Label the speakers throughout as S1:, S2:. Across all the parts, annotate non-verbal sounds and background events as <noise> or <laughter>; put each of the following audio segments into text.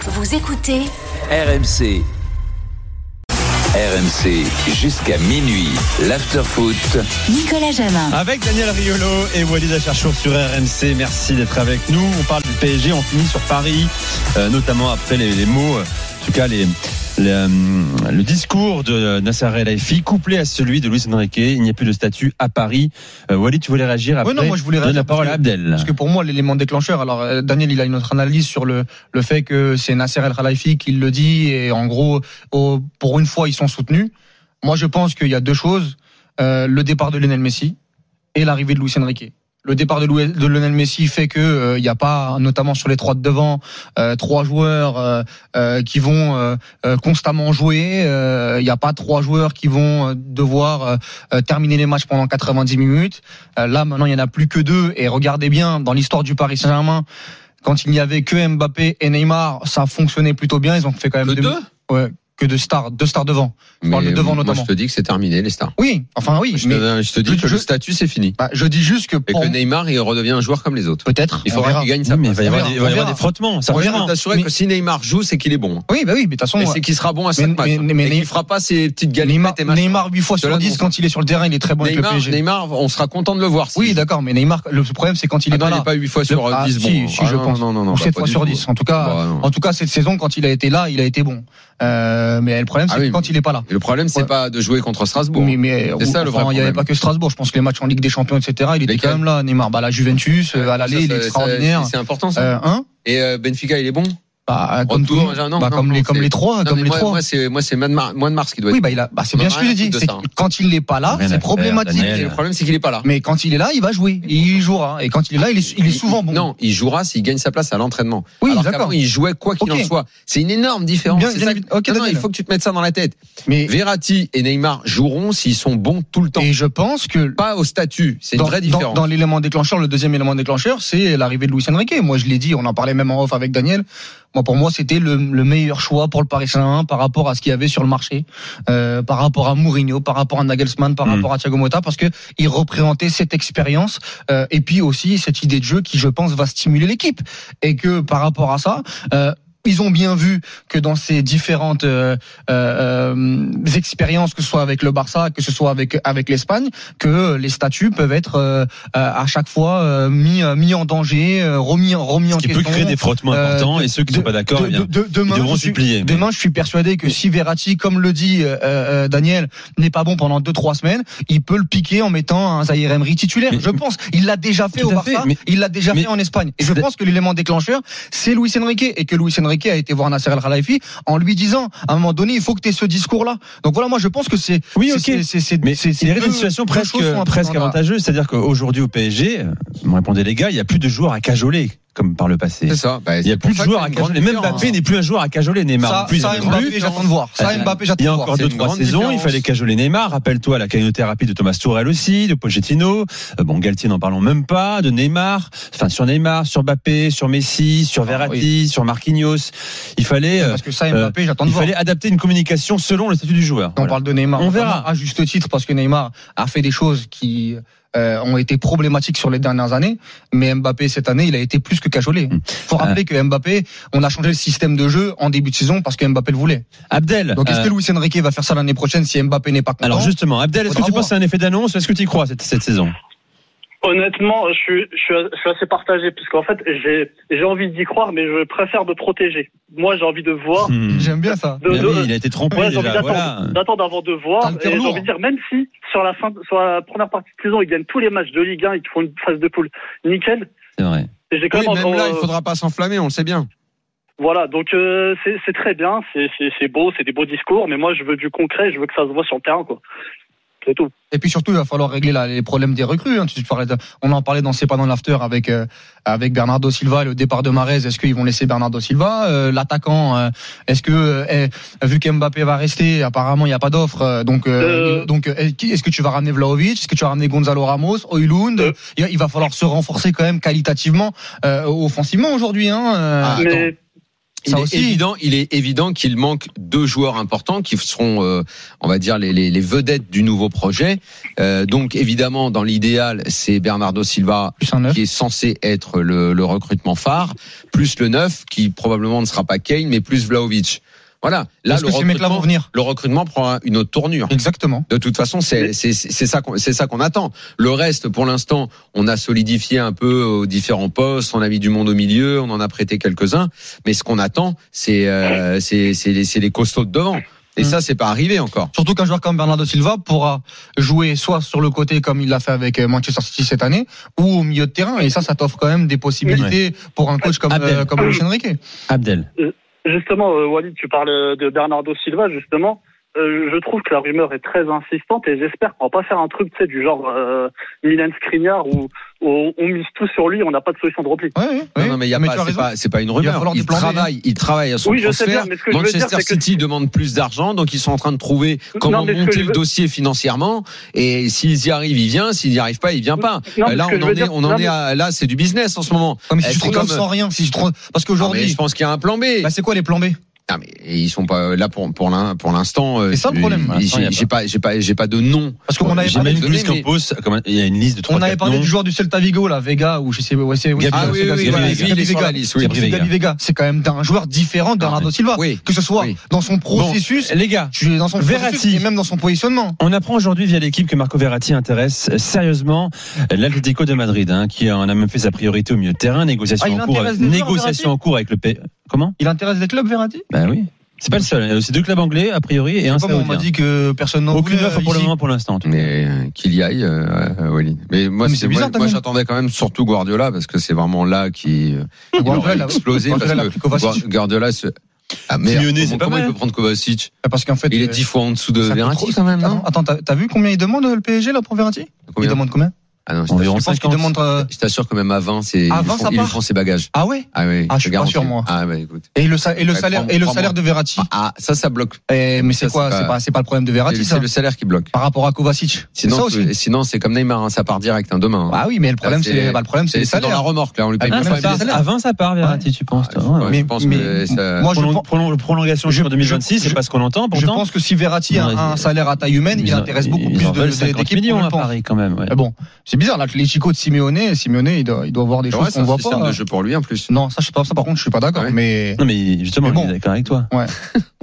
S1: Vous écoutez
S2: RMC. RMC jusqu'à minuit, l'afterfoot.
S1: Nicolas Jamin.
S3: Avec Daniel Riolo et Walid Acharchour sur RMC, merci d'être avec nous. On parle du PSG, on finit sur Paris, euh, notamment après les, les mots, euh, en tout cas les, les, euh, le discours de euh, Nasser El Haïfi couplé à celui de Luis Enrique. Il n'y a plus de statut à Paris. Euh, Walid, tu voulais réagir après
S4: Ouais, non, moi, je voulais
S3: donne la
S4: réagir parce
S3: parole
S4: que-
S3: à Abdel.
S4: Parce que pour moi, l'élément déclencheur, alors euh, Daniel, il a une autre analyse sur le, le fait que c'est Nasser El Khalifi qui le dit et en gros, au- pour une fois, ils sont soutenus. Moi, je pense qu'il y a deux choses Euh, le départ de Lionel Messi et l'arrivée de Luis Enrique. Le départ de, Louis- de Lionel Messi fait que euh, il n'y a pas, notamment sur les trois de devant, euh, trois joueurs euh, euh, qui vont euh, euh, constamment jouer. Euh, Il n'y a pas trois joueurs qui vont euh, devoir euh, euh, terminer les matchs pendant 90 minutes. Euh, Là, maintenant, il n'y en a plus que deux. Et regardez bien, dans l'histoire du Paris Saint-Germain, quand il n'y avait que Mbappé et Neymar, ça fonctionnait plutôt bien. Ils ont fait quand même
S5: Que
S4: deux,
S5: deux
S4: ouais, que deux stars, deux stars devant.
S5: Mais
S4: parle de devant,
S5: moi,
S4: notamment.
S5: je te dis que c'est terminé, les stars.
S4: Oui, enfin oui.
S5: Je,
S4: mais-
S5: te, je te dis
S4: je-
S5: que
S4: je-
S5: le statut, c'est fini.
S4: bah, je dis juste que
S5: Et
S4: pour
S5: que Neymar, il redevient un joueur comme les autres.
S4: peut-être.
S5: Il
S4: on
S5: faudra
S4: verra.
S5: qu'il gagne
S3: Oui,
S5: sa
S3: mais il
S5: place.
S3: va y
S4: On
S3: avoir,
S4: verra,
S3: des, il va y
S4: on
S3: avoir
S4: verra.
S3: des frottements. Ça
S4: On
S5: Moi, je
S3: reviendra.
S5: peux t'assurer
S4: Mais-
S5: que si Neymar joue, c'est qu'il est bon.
S4: Oui, bah oui, mais de toute façon.
S5: Et
S4: ouais.
S5: c'est qu'il sera bon à
S4: Mais-
S5: chaque match.
S4: mais- mais-
S5: Et qu'il fera pas ses petites
S4: Neymar,
S5: galipettes et machins.
S4: Neymar 8 fois
S5: Je
S4: sur
S5: l'annonce.
S4: 10 quand il est sur le terrain, il est très bon
S5: Neymar,
S4: avec le PSG.
S5: Neymar, on sera content de le voir.
S4: Oui,
S5: Si-
S4: d'accord, mais Neymar, le problème c'est quand il est
S5: Ah non,
S4: pas
S5: il
S4: là.
S5: est pas 8 fois sur
S4: Ah,
S5: 10
S4: si,
S5: bon.
S4: si,
S5: Ah
S4: je
S5: non,
S4: pense.
S5: Non, non, non.
S4: Ou
S5: bah,
S4: 7
S5: pas
S4: fois
S5: du
S4: sur
S5: tout.
S4: 10. En tout cas,
S5: Bah, non.
S4: en tout cas cette saison quand il a été là, il a été bon. Euh, mais le problème c'est
S5: Ah
S4: que
S5: oui,
S4: quand il est pas là.
S5: Et Le problème, c'est
S4: Ouais.
S5: pas de jouer contre Strasbourg.
S4: Mais, mais
S5: C'est ça, le vrai
S4: enfin, il n'y avait pas
S5: problème.
S4: que Strasbourg. Je pense que les matchs en Ligue des Champions, etc. Il était
S5: Lesquels
S4: quand même là, Neymar. Bah la Juventus, euh, à l'aller,
S5: Ça,
S4: il est
S5: ça, ça,
S4: extraordinaire.
S5: C'est important, ça.
S4: Euh, hein
S5: Et euh, Benfica, il est bon
S4: Bah comme
S5: Retour,
S4: tout-
S5: non, non,
S4: bah, comme
S5: non,
S4: les comme
S5: c'est-
S4: les trois,
S5: Non,
S4: comme
S5: mais
S4: les
S5: moi-
S4: trois.
S5: Moi, c'est moi, c'est mois de mar- mois de mars qui doit être.
S4: Oui, bah il a. Bah c'est
S5: On en
S4: bien
S5: a
S4: ce que
S5: rien
S4: j'ai dit.
S5: à foutre de
S4: c'est
S5: ça,
S4: que
S5: hein.
S4: Quand il n'est pas là,
S3: Rien à
S4: c'est
S3: faire,
S4: problématique.
S3: Daniel.
S5: Et Le problème, c'est qu'il est pas là.
S4: Mais quand il est là, il va jouer. Il jouera. Et quand il est là, il est, il est souvent bon.
S5: Non, il jouera s'il gagne sa place à l'entraînement.
S4: Oui,
S5: Alors
S4: d'accord.
S5: qu'avant, il jouait quoi qu'il
S4: Ok.
S5: en soit. C'est une énorme différence.
S4: Bien-
S5: C'est
S4: bien
S5: ça-
S4: évi- ok,
S5: Non, non,
S4: Daniel.
S5: il faut que tu te mettes ça dans la tête.
S4: Mais
S5: Verratti et Neymar joueront s'ils sont bons tout le temps.
S4: et je pense que
S5: Pas au statut. C'est une
S4: dans,
S5: vraie
S4: dans-
S5: différence.
S4: dans l'élément déclencheur, le deuxième élément déclencheur, c'est l'arrivée de Luis Enrique. Moi, je l'ai dit, on en parlait même en off avec Daniel. Moi, pour moi, c'était le, le meilleur choix pour le Paris Saint-Germain par rapport à ce qu'il y avait sur le marché, euh, par rapport à Mourinho, par rapport à Nagelsmann, par
S5: Hmm.
S3: Mm.
S4: rapport à Thiago Motta, parce que il représentait cette expérience euh, et puis aussi cette idée de jeu qui, je pense, va stimuler l'équipe. Et que par rapport à ça. euh, ils ont bien vu que dans ces différentes euh, euh, euh, expériences, que ce soit avec le Barça, que ce soit avec avec l'Espagne, que les statuts peuvent être euh, euh, à chaque fois euh, mis euh, mis en danger, euh, remis remis en
S3: Ce qui
S4: question.
S3: peut créer des frottements
S4: Euh,
S3: importants
S4: de-
S3: et ceux qui ne sont pas d'accord,
S4: de-
S3: eh bien,
S4: de- de- demain,
S3: ils devront
S4: je suis-
S3: supplier.
S4: Demain, je suis persuadé que si Verratti, comme le dit euh, euh, Daniel, n'est pas bon pendant deux trois semaines, il peut le piquer en mettant un Zaire Emery titulaire.
S3: Mais-
S4: je pense. Il l'a déjà fait
S3: Tout
S4: au
S3: à fait,
S4: Barça.
S3: mais-
S4: il l'a déjà
S3: mais-
S4: fait en Espagne. Et je
S3: Da-
S4: pense que l'élément déclencheur, c'est Luis Enrique et que Luis Enrique a été voir Nasser El Khalifi en lui disant, à un moment donné, il faut que tu aies ce discours-là. Donc voilà, moi, je pense que c'est.
S3: Oui,
S4: c'est-
S3: ok.
S4: c'est- c'est- c'est-
S3: Mais
S4: c'est-
S3: il y a
S4: deux-
S3: une situation
S4: deux
S3: presque,
S4: choses sont
S3: presque
S4: importantes.
S3: avantageuse. C'est-à-dire qu'aujourd'hui au PSG, euh, vous me répondez les gars, il n'y a plus de joueurs à cajoler comme par le passé.
S5: C'est ça. Bah,
S3: Il n'y
S5: c'est
S3: a
S5: pour
S3: plus de
S5: ça qu'il y
S3: joueurs
S5: a
S3: à
S5: une grande
S3: cajoler. Même
S5: différence.
S3: Mbappé n'est plus un joueur à cajoler Neymar.
S4: Ça,
S3: non plus,
S4: ça,
S3: il en a plus.
S4: Mbappé, j'attends de voir. Ça, Mbappé,
S3: Il y
S4: j'attends
S3: a
S4: de voir.
S3: encore deux,
S5: C'est une
S3: trois
S5: grande
S3: saisons, il
S5: différence.
S3: fallait cajoler Neymar. Rappelle-toi la cagnothérapie de Thomas Tourelle aussi, de Pochettino. Euh, bon, Galtier n'en parlons même pas, de Neymar. Enfin, sur Neymar, sur Mbappé, sur Messi, sur Verratti, sur Marquinhos. Il fallait, euh,
S4: Parce que ça, Mbappé, j'attends de
S3: il
S4: voir.
S3: fallait adapter une communication selon le statut du joueur.
S4: On
S3: Voilà.
S4: parle de Neymar.
S3: On
S4: notamment,
S3: verra.
S4: À juste titre, parce que Neymar a fait des choses qui euh, ont été problématiques sur les dernières années. Mais Mbappé, cette année, il a été plus que cajolé.
S3: Mm.
S4: faut rappeler que Mbappé, on a changé le système de jeu en début de saison parce que Mbappé le voulait.
S3: Abdel.
S4: Donc est-ce
S3: euh,
S4: que Luis Enrique va faire ça l'année prochaine si Mbappé n'est pas content
S3: alors justement, Abdel, est-ce que
S4: Faudra
S3: tu
S4: voir.
S3: penses que c'est un effet d'annonce ou Est-ce que tu y crois cette, cette saison
S6: Honnêtement, je suis, je suis, je suis assez partagé, parce qu'en fait, j'ai j'ai envie d'y croire, mais je préfère de protéger. Moi, j'ai envie de voir.
S3: Hmm.
S4: J'aime bien ça.
S6: De,
S3: Mais
S6: de-
S3: oui,
S5: Bah
S3: Il a été trompé
S6: ouais, j'ai envie
S3: déjà.
S6: d'attendre
S3: Voilà.
S6: d'attendre avant de
S4: T'as
S6: voir.
S4: le cœur
S6: Et j'ai
S4: lourd.
S6: envie de dire, même si sur la fin, de- sur la première partie de saison, ils gagnent tous les matchs de Ligue 1, ils font une phase de poule nickel.
S3: C'est vrai.
S6: J'ai quand
S5: Oui,
S6: même,
S5: même
S6: encore,
S5: là, il
S6: euh,
S5: faudra pas s'enflammer, on le sait bien.
S6: Voilà, donc euh, c'est c'est très bien, c'est- c'est c'est beau, c'est des beaux discours, mais moi, je veux du concret, je veux que ça se voit sur le terrain, quoi. C'est tout.
S4: Et puis surtout, il va falloir régler la- les problèmes des recrues. hein. Tu- tu parlais de- on en parlait dans C'est pas dans l'after avec euh, avec Bernardo Silva et le départ de Marez. Est-ce qu'ils vont laisser Bernardo Silva Euh, L'attaquant, euh, est-ce que euh, eh, vu qu'Mbappé va rester, apparemment il n'y a pas d'offre. euh, donc euh,
S6: Euh.
S4: donc euh, qui- est-ce que tu vas ramener Vlahovic Est-ce que tu vas ramener Gonzalo Ramos, Oilund
S6: Euh.
S4: il, il va falloir se renforcer quand même qualitativement, euh, offensivement aujourd'hui. Hein, euh.
S5: Ah,
S6: mais
S5: Il
S4: Ça
S5: est,
S4: aussi.
S5: évident, il est évident qu'il manque deux joueurs importants qui seront, euh, on va dire, les, les- les vedettes du nouveau projet. Euh, donc évidemment, dans l'idéal, c'est Bernardo Silva
S4: plus un neuf.
S5: qui est censé être le, le recrutement phare, plus le 9 qui probablement ne sera pas Kane, mais plus Vlaovic. Voilà. Là,
S4: Parce
S5: le
S4: que ces mecs-là vont
S5: recrutement,
S4: venir.
S5: le recrutement prend une autre tournure.
S4: Exactement.
S5: De toute façon, c'est c'est- c'est ça qu'on c'est ça qu'on attend. Le reste, pour l'instant, on a solidifié un peu aux différents postes, on a mis du monde au milieu, on en a prêté quelques-uns, mais ce qu'on attend, c'est euh, c'est c'est les, c'est les costauds de devant. Et
S6: Hum.
S4: Mm.
S5: ça, c'est pas arrivé encore.
S4: Surtout qu'un joueur comme Bernardo Silva pourra jouer soit sur le côté comme il l'a fait avec euh, Manchester City cette année, ou au milieu de terrain. Et ça, ça t'offre quand même des possibilités pour un coach comme,
S3: Abdel.
S4: euh, comme Luis Enrique.
S3: Abdel.
S6: Justement, euh, Walid, tu parles de Bernardo Silva, justement. Euh, je trouve que la rumeur est très insistante et j'espère qu'on va pas faire un truc, tu sais, du genre euh, Milan Skriniar où, où on mise tout sur lui, on n'a pas de solution de repli.
S4: Ouais, ouais,
S5: Non,
S4: ouais.
S5: non, mais il y a
S4: tu as
S5: pas, c'est
S4: raison.
S5: pas, c'est pas une
S4: va
S5: rumeur.
S4: falloir du
S5: Il
S4: plan B, hein.
S5: travaille, il travaille à son
S6: Oui, je sais
S5: transfert.
S6: bien, mais ce que je veux
S5: Manchester
S6: dire, c'est que-
S5: City demande plus d'argent, donc ils sont en train de trouver
S6: Non,
S5: comment
S6: mais ce que
S5: monter
S6: je
S5: le
S6: veux-
S5: dossier financièrement. Et s'ils y arrivent, il vient. S'ils n'y arrivent pas, il vient pas.
S6: Non, mais
S5: là,
S6: ce que
S5: on
S6: je
S5: en
S6: veux
S5: est,
S6: dire-
S5: on en
S6: non,
S5: est
S6: mais-
S5: à- là, c'est du business en ce moment.
S4: Non, mais si
S5: Eh,
S4: tu te
S5: c'est
S4: retrouves
S5: comme-
S4: sans rien, si tu te... re- parce
S5: Non, mais
S4: qu'aujourd'hui,
S5: je pense qu'il y a un plan B.
S4: bah, c'est quoi les plans B
S5: Non, mais ils sont pas là pour pour l'in- pour l'instant. euh,
S4: C'est ça le problème.
S5: j'ai-
S4: Pour l'instant,
S3: il y a
S5: J'ai pas j'ai pas j'ai pas de nom.
S4: Parce qu'on avait
S5: J'ai
S4: parlé,
S5: même
S3: J'imagine que
S5: donné,
S3: Luis
S5: mais-
S3: Campos, comme il y a une liste de
S4: on
S3: 3
S4: avait parlé du joueur du Celta Vigo, là, Vega, ou je sais, ouais, c'est, ouais,
S3: Gabriel,
S4: c'est-
S5: Ah oui,
S4: c'est-
S5: oui,
S4: c'est-
S5: oui,
S4: c'est-
S5: voilà,
S4: c'est-
S5: il est
S4: Gabi
S5: sur
S4: Vega.
S5: la liste, oui.
S4: C'est
S3: Gabriel
S4: Gabi
S3: Vega.
S4: Vega. C'est quand même d'un joueur différent de Bernardo Silva.
S5: Oui.
S4: Que ce soit
S5: Oui.
S4: dans son processus,
S3: Les gars,
S4: tu es dans son
S3: Verratti.
S4: processus et même dans son positionnement.
S3: On apprend aujourd'hui via l'équipe que Marco Verratti intéresse sérieusement l'Atlético de Madrid, hein, qui en a même fait sa priorité au milieu de terrain. Négociation,
S4: Ah, il
S3: en, cours,
S4: intéresse des joueurs,
S3: négociation
S4: Verratti
S3: en cours avec le P. Comment
S4: Il intéresse des clubs, Verratti
S3: Ben oui. C'est pas le seul. Il y a aussi deux clubs anglais, a priori, et un
S4: Comme on
S3: saoudien.
S4: m'a dit que personne n'en
S3: Aucune
S4: voulait, euh,
S3: offre pour
S4: ici.
S3: le moment, pour l'instant. en tout cas.
S5: Mais euh, qu'il y aille, euh, euh, Walid. Mais moi,
S4: Mais
S5: c'est
S4: c'est bizarre,
S5: moi,
S4: quand
S5: moi,
S4: même.
S5: j'attendais quand même surtout Guardiola parce que c'est vraiment là qui euh, il
S4: Guardiola,
S5: aurait explosé parce
S4: Ah Guardiola,
S5: que
S4: Kovacic.
S5: Guar- Guardiola se ah merde,
S3: Simeone, c'est
S5: comment,
S3: pas
S5: comment
S3: mal.
S5: il peut prendre Kovacic
S4: Parce qu'en hein. fait,
S5: Il est
S4: euh,
S5: dix fois en dessous de
S4: ça coûte
S5: Verratti
S4: trop-
S5: quand même, non
S4: Attends, attends, t'as t'as vu combien il demande euh, le PSG là pour Verratti Il
S5: Combien
S4: demande combien
S5: Ah non, je
S3: Environ
S5: t'assure-
S4: Je pense qu'il
S3: 50.
S4: demande. euh,
S5: je t'assure quand même à 20, c'est ils
S4: À 20,
S5: font-
S4: ça
S5: ils
S4: part
S5: font ses bagages.
S4: Ah ouais
S5: Ah oui,
S4: Ah, je suis pas
S5: garantis.
S4: sûr, moi.
S5: Ah bah écoute.
S4: Et le, sa- et le
S5: Ouais,
S4: salaire,
S5: prends-
S4: et le
S5: prends-moi.
S4: salaire de Verratti
S5: Ah ça ça bloque.
S4: Eh, Mais
S5: ça,
S4: c'est
S5: c'est
S4: quoi
S5: pas-
S4: C'est pas, c'est pas le problème de Verratti
S5: C'est
S4: ça
S5: le salaire qui bloque.
S4: Par rapport à Kovacic. C'est
S5: Sinon,
S4: ça
S5: tu-
S4: aussi.
S5: sinon c'est comme Neymar, hein, ça part direct hein, demain. hein.
S4: Ah oui, mais le problème,
S5: c'est-
S4: c'est bah, le problème, c'est les
S5: c'est dans la
S4: salaires.
S5: remorque là, on lui paye
S4: Ah,
S5: même
S4: mais
S5: pas
S4: ça,
S5: les-
S4: ça-
S3: à 20, ça part, Verratti, tu penses toi
S5: Ah,
S3: Ouais.
S5: je
S4: Mais-
S5: pense
S4: mais-
S5: que ça-
S4: moi, je
S3: Prolong-
S4: pense-
S3: prolong- Prolongation jusqu'en
S4: je-
S3: 2026, c'est
S4: je-
S3: pas ce qu'on entend.
S4: Je
S3: Pourtant,
S4: pense que si Verratti a
S3: Non,
S4: un
S3: ils-
S4: salaire à taille humaine, il
S3: Ils en-
S4: intéresse beaucoup
S3: ils
S4: plus
S3: en
S4: de-
S3: veulent
S4: de-
S3: 50
S4: d'équipes
S3: millions
S4: qu'on le
S3: à
S4: pense.
S3: Paris quand même. ouais.
S4: Mais bon, c'est bizarre, l'Atlético de Simeone, Simeone, il doit, il doit voir des
S5: Ouais,
S4: choses
S5: c'est
S4: qu'on
S5: un
S4: voit
S5: système
S4: pas.
S5: de jeu pour lui en plus.
S4: Non, ça, je sais pas, ça, par contre, je suis pas d'accord,
S5: Ah ouais.
S4: mais
S3: Non mais justement,
S4: Mais bon.
S3: on est d'accord avec toi.
S4: moi,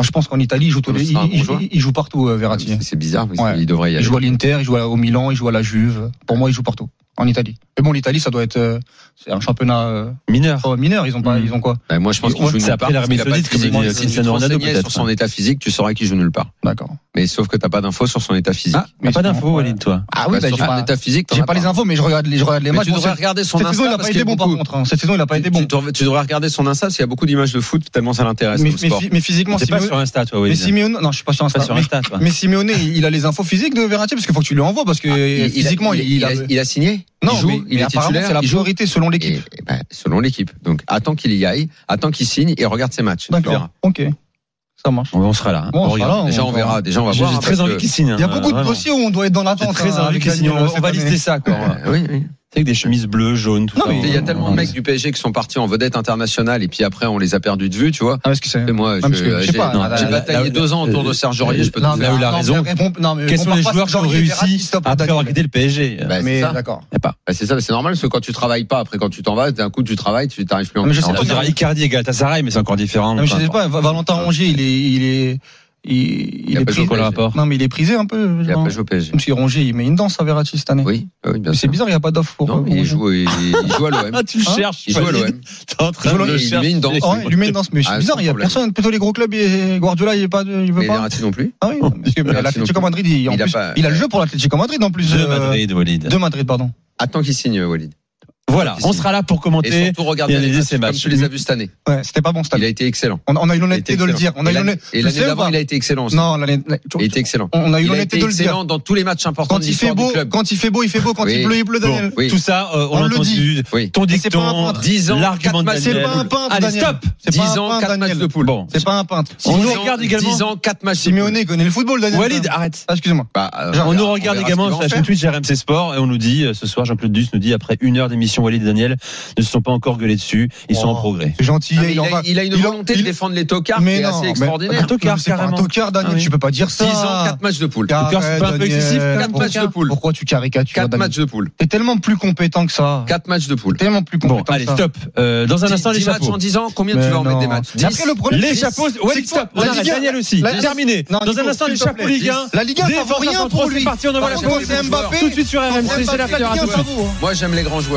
S4: je pense qu'en Italie, il joue, tous
S5: Mais
S4: les-
S5: c'est
S4: il,
S5: un bon
S4: il-
S5: joueur.
S4: il joue partout, euh, Verratti.
S5: C'est- C'est bizarre, mais
S4: Ouais.
S5: il devrait y
S4: Il
S5: aller.
S4: joue à l'Inter, il joue à- au Milan, il joue à la Juve. Pour moi, il joue partout, en Italie. Mais bon, l'Italie, ça doit être, euh, c'est un championnat euh,
S3: Mineur.
S4: oh, mineur, ils ont pas,
S3: Mm.
S4: ils ont quoi?
S5: Bah, moi, je pense qu'il
S3: Ouais,
S5: joue
S3: c'est
S5: nulle
S3: après
S5: part. parce
S3: l'Arabie
S5: qu'il a pas de
S3: Saoudite, comme
S5: physique.
S3: il dit,
S5: Si tu te
S3: Cristiano Ronaldo,
S5: renseignais
S3: peut-être.
S5: sur son état physique, tu sauras qu'il joue nulle part.
S4: D'accord.
S5: Mais sauf que t'as pas d'infos sur son état physique.
S4: Ah,
S3: T'as pas
S4: sinon,
S3: d'infos,
S4: ouais.
S3: Walid, toi.
S4: Ah oui,
S5: Bah,
S4: bah,
S5: sur
S4: j'ai
S5: son
S4: pas,
S5: état physique, t'en
S4: j'ai
S5: as
S4: pas les infos, mais je regarde les, je regarde les
S5: Mais
S4: matchs.
S5: tu
S4: Bon,
S5: devrais
S4: cette-
S5: regarder son
S4: cette saison, il a
S5: Insta
S4: pas
S5: parce qu'il y
S4: été
S5: a
S4: bon, par
S5: beaucoup.
S4: contre. hein. Cette saison, il a pas été bon.
S5: Tu devrais- tu devrais regarder son Insta parce qu'il y a beaucoup d'images de foot tellement ça l'intéresse
S4: Mais,
S5: au sport.
S4: mais- mais physiquement,
S3: T'es pas
S4: Simeone,
S3: sur Insta, toi,
S4: mais
S3: Walid. T'es
S4: Simeone- non, je suis pas sur Insta.
S3: pas sur
S4: mais-
S3: Insta, toi.
S4: Mais Simeone, il a les infos physiques de Verratti parce qu'il faut que tu lui envoies parce que
S5: Ah, Il- il-
S4: physiquement il,
S5: il
S4: a,
S5: a- il a signé.
S4: non
S5: il joue,
S4: mais,
S5: il
S4: mais
S5: est
S4: apparemment
S5: titulaire,
S4: c'est la
S5: il joue.
S4: priorité selon l'équipe.
S5: Et- et ben, selon l'équipe. Donc, attends qu'il y aille, attends qu'il signe et regarde ses matchs. Tu verras.
S4: D'accord. Ok, ça marche.
S3: On on sera là. hein.
S4: Bon, on sera
S3: regarde.
S4: là,
S5: Déjà, on verra. Déjà, on va
S3: J'ai
S5: voir. hein,
S3: très
S5: parce
S3: envie
S5: que-
S3: qu'il signe.
S4: Il y a
S3: hein,
S4: beaucoup de
S3: vraiment.
S4: dossiers où on doit être dans
S3: J'ai
S4: l'attente.
S3: très
S4: hein,
S3: envie
S4: avec
S3: qu'il
S4: la
S3: signe.
S4: Ligue,
S3: On
S4: cette
S3: va
S4: année.
S3: lister ça, quoi. Tu
S5: Euh, oui, oui.
S3: sais, avec des chemises bleues, jaunes, tout
S4: Non,
S3: ça.
S4: mais
S5: Il y a
S3: on-
S5: tellement
S3: on-
S5: de mecs du PSG qui sont partis en vedette internationale et puis après on les a perdus de vue, tu vois.
S4: Ah, parce que c'est.
S5: Et moi,
S4: parce que,
S5: je-
S4: je sais
S5: j'ai
S4: pas, hein,
S5: non,
S4: là,
S5: j'ai
S4: là,
S5: bataillé
S3: là,
S5: deux ans autour
S3: euh,
S5: de Serge Aurier, je peux
S3: non,
S5: te
S3: mais
S5: dire.
S3: où la raison- Quels sont les joueurs qui ont réussi après avoir quitté le PSG euh,
S5: Bah,
S4: Mais
S5: c'est ça.
S4: d'accord.
S3: y a pas.
S5: Bah, c'est ça, c'est normal, parce que quand tu travailles pas, après quand tu t'en vas, d'un coup tu travailles, tu t'arrives plus en
S4: Mais je sais
S5: en-
S4: pas,
S3: On dirait Icardi et Galatasaray, mais c'est encore différent.
S4: Non, mais je
S3: enfin.
S4: sais pas. Valentin Rongier, il est, il est, il,
S5: Il a
S4: est
S5: pas joué
S4: prisé.
S5: au Colin Rapport.
S4: Non, mais il est prisé un peu.
S5: Il a
S4: genre.
S5: pas joué au PSG.
S4: Même si Rongier, il met une danse à Verratti cette année.
S5: Oui, bah oui, bien
S4: C'est
S5: sûr.
S4: bizarre, il n'y a pas d'offre pour.
S5: Non,
S4: pour
S5: mais il
S4: Rongier.
S5: joue, il, il joue à l'OM.
S4: <laughs>
S3: Ah, tu le
S4: Hein
S3: cherches.
S5: Il joue à l'OM.
S3: T'es en train
S4: Il
S3: de
S4: joue
S3: le
S4: à
S5: l'OM, il
S3: chercher.
S5: met une danse.
S4: Ah ouais, il lui met une danse, mais c'est
S5: Ah,
S4: bizarre,
S5: sans
S4: il y a
S5: problème.
S4: personne, plutôt les gros clubs, et Guardiola, il, est pas, de- il veut
S5: Mais
S4: pas.
S5: Verratti non plus.
S4: Ah oui, parce que
S5: Verratti
S4: l'Atlético
S5: non plus.
S4: Madrid, il, en
S5: Il a
S4: plus,
S5: pas-
S4: il a le jeu pour l'Atlético Madrid en plus.
S3: De
S4: euh,
S3: Madrid, Walid.
S4: de Madrid, pardon.
S5: Attends qu'il signe, Walid.
S3: Voilà, on sera là pour
S5: Et
S3: commenter.
S5: surtout, regarde
S3: il a
S5: les
S3: des
S5: matchs,
S3: matchs.
S5: comme tu les as vus cette année.
S4: Ouais, c'était pas bon cette
S5: Il
S4: année.
S5: a été excellent.
S4: On, on a eu
S5: Il a
S4: l'honnêteté
S5: été
S4: de le dire.
S5: excellent.
S4: On a
S5: Et
S4: eu
S5: l'année-
S4: l'honnêteté.
S5: Et
S4: tu
S5: l'année
S4: sais ou
S5: d'avant,
S4: pas
S5: il a été excellent. aussi.
S4: Non, l'année.
S5: Il était excellent.
S4: On a eu
S5: Il a été
S4: l'honnêteté de le dire.
S5: excellent dans tous les matchs importants
S4: Quand
S5: de
S4: il fait
S5: l'histoire du
S4: beau,
S5: club.
S4: quand il fait beau, il fait beau. Quand
S5: Oui.
S4: il pleut, il pleut,
S3: Bon,
S4: Daniel.
S5: Oui.
S3: Tout ça, euh, on
S4: On
S3: l'a
S4: le
S3: entendu.
S5: Oui.
S3: Ton
S4: Et c'est pas un
S3: dicton,
S4: peintre.
S5: 10 ans,
S3: l'argument
S5: quatre
S3: de
S5: matchs,
S4: C'est pas un
S3: Daniel.
S4: peintre,
S3: Allez,
S4: Daniel.
S3: stop
S4: C'est pas
S5: 10
S4: un
S5: ans,
S4: peintre,
S5: 4 matchs
S4: Daniel.
S5: de poule.
S3: Bon.
S4: C'est pas un peintre.
S3: On
S5: Dix
S3: nous
S5: ans-
S3: regarde également.
S5: 10 ans, 4 matchs de poule.
S4: Simeone connaît le football, Daniel.
S3: Walid, arrête.
S4: Ah, excusez-moi.
S5: Bah, euh,
S3: On nous
S5: verra-
S3: regarde
S5: verra ce
S3: également
S5: qu'ils
S3: sur
S5: vont
S3: la
S5: faire.
S3: chaîne Twitch RMC Sport et on nous dit euh, ce soir Jean-Claude Duss nous dit après une heure d'émission compétition, Walid et Daniel ne se sont pas encore gueulés dessus. Ils sont
S4: Oh.
S3: en progrès.
S4: C'est gentil.
S5: Ah, mais
S4: il,
S5: il,
S4: en va-
S5: a, il a une
S4: il en-
S5: volonté
S4: il-
S5: de défendre les tocards qui
S4: mais
S5: est
S4: non,
S5: assez
S4: mais-
S3: Un
S5: extraordinaire.
S3: tocard,
S4: C'est pas un
S3: carrément.
S4: tocard, Daniel,
S3: Ah oui.
S4: tu peux pas dire
S5: 6
S4: ça.
S5: ans, 4 matchs de poule.
S3: tocard, c'est pas un peu
S4: Daniel,
S3: excessif, quatre
S4: pourquoi-
S5: matchs de poule.
S4: Pourquoi tu caricatures
S5: 4
S4: Daniel
S5: matchs de poule.
S4: T'es tellement plus compétent que ça.
S5: 4 matchs de poule.
S4: Tellement plus
S3: Bon,
S4: compétent que
S3: allez,
S4: ça.
S3: stop. Euh, dans un instant, les
S5: 10 matchs
S3: chapeaux.
S5: en 10 ans, combien
S4: Mais
S5: tu vas en mettre
S4: non.
S5: des matchs
S4: Mais après, le problèle,
S3: Les
S4: c'est-
S3: chapeaux,
S4: c'est
S3: Walid,
S4: quoi
S3: stop. On
S4: La
S3: arrête.
S4: Ligue un-
S3: Daniel aussi.
S4: La-
S5: terminé.
S4: Non,
S3: Dans un
S4: Nico,
S3: instant, les
S4: s'il te
S3: chapeaux
S4: plaît.
S3: Ligue 1.
S4: La Ligue 1, ça
S3: Défense
S4: vaut rien
S3: centrale,
S4: pour lui.
S3: C'est parti, on envoie
S4: Par
S3: la
S4: contre,
S3: chaîne.
S4: c'est Mbappé.
S3: Tout de suite sur
S4: Quand
S3: RMC,
S4: Mbappé,
S3: c'est l'after à
S4: quelqu'un,
S3: tout.
S4: ça vaut, hein.
S5: Moi, j'aime les grands joueurs.